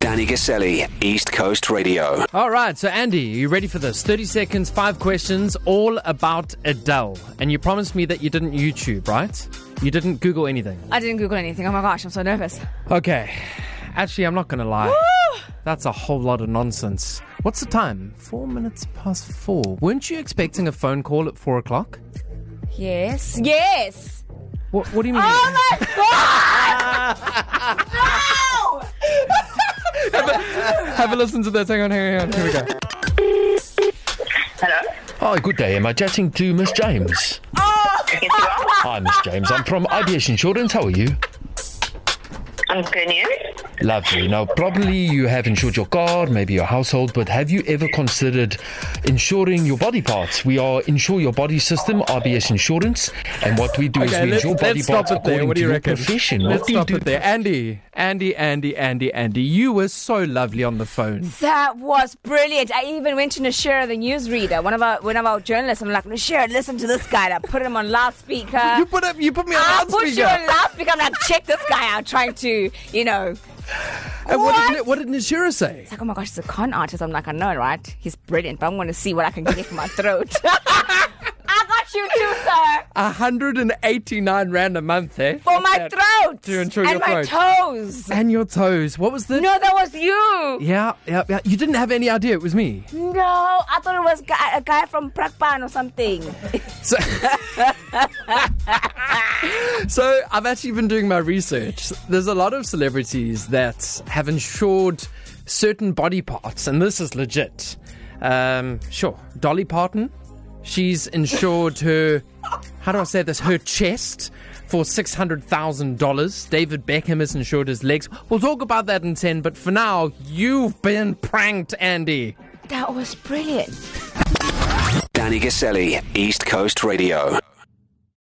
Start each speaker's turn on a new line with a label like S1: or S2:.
S1: Danny Gaselli, East Coast Radio.
S2: All right, so Andy, you ready for this? 30 seconds, five questions, all about Adele. And you promised me that you didn't YouTube, right? You didn't Google anything.
S3: I didn't Google anything. Oh my gosh, I'm so nervous.
S2: Okay. Actually, I'm not going to lie. That's a whole lot of nonsense. What's the time? Four minutes past four. Weren't you expecting a phone call at four o'clock?
S3: Yes. Yes.
S2: What, what do you mean?
S3: Oh my god!
S2: Have a listen to this. Hang on, hang on, hang on. Here we go.
S4: Hello?
S5: Hi, good day. Am I chatting to Miss James?
S4: Yes, you are.
S5: Hi, Miss James. I'm from IBS Insurance. How are you?
S4: I'm good news.
S5: Lovely. Now, probably you have insured your car, maybe your household, but have you ever considered insuring your body parts? We are Insure Your Body System, RBS Insurance, and what we do is
S2: Okay,
S5: we
S2: let's,
S5: insure body
S2: let's stop
S5: parts
S2: it there.
S5: according
S2: What do
S5: to
S2: you
S5: your
S2: reckon?
S5: profession.
S2: Let's
S5: what do you
S2: stop
S5: do?
S2: it there. Andy, Andy, Andy, Andy, Andy. You were so lovely on the phone.
S3: That was brilliant. I even went to Nashira, the newsreader, one of our one of our journalists. I'm like, Nashira, listen to this guy. And I put him on loudspeaker.
S2: You put up, you put me on
S3: Uh, I put you on
S2: loudspeaker.
S3: loudspeaker. I'm like, check this guy out. Trying to, you know,
S2: And what did, what did Nishira say?
S3: like, oh my gosh, he's a con artist. I'm like, I know, right? He's brilliant, but I'm going to see what I can get in my throat. I got you too, sir.
S2: 189 rand a month, eh?
S3: For my throat
S2: To ensure
S3: and
S2: your
S3: my
S2: throat.
S3: toes.
S2: And your toes. What was the?
S3: No, that was you.
S2: Yeah, yeah, yeah. You didn't have any idea it was me.
S3: No, I thought it was guy, a guy from Prakpan or something.
S2: So, so I've actually been doing my research. There's a lot of celebrities that have insured certain body parts, and this is legit. Um, sure, Dolly Parton, she's insured her. How do I say this? Her chest for six hundred thousand dollars. David Beckham has insured his legs. We'll talk about that in ten. But for now, you've been pranked, Andy.
S3: That was brilliant.
S1: Danny Gaselli, East Coast Radio.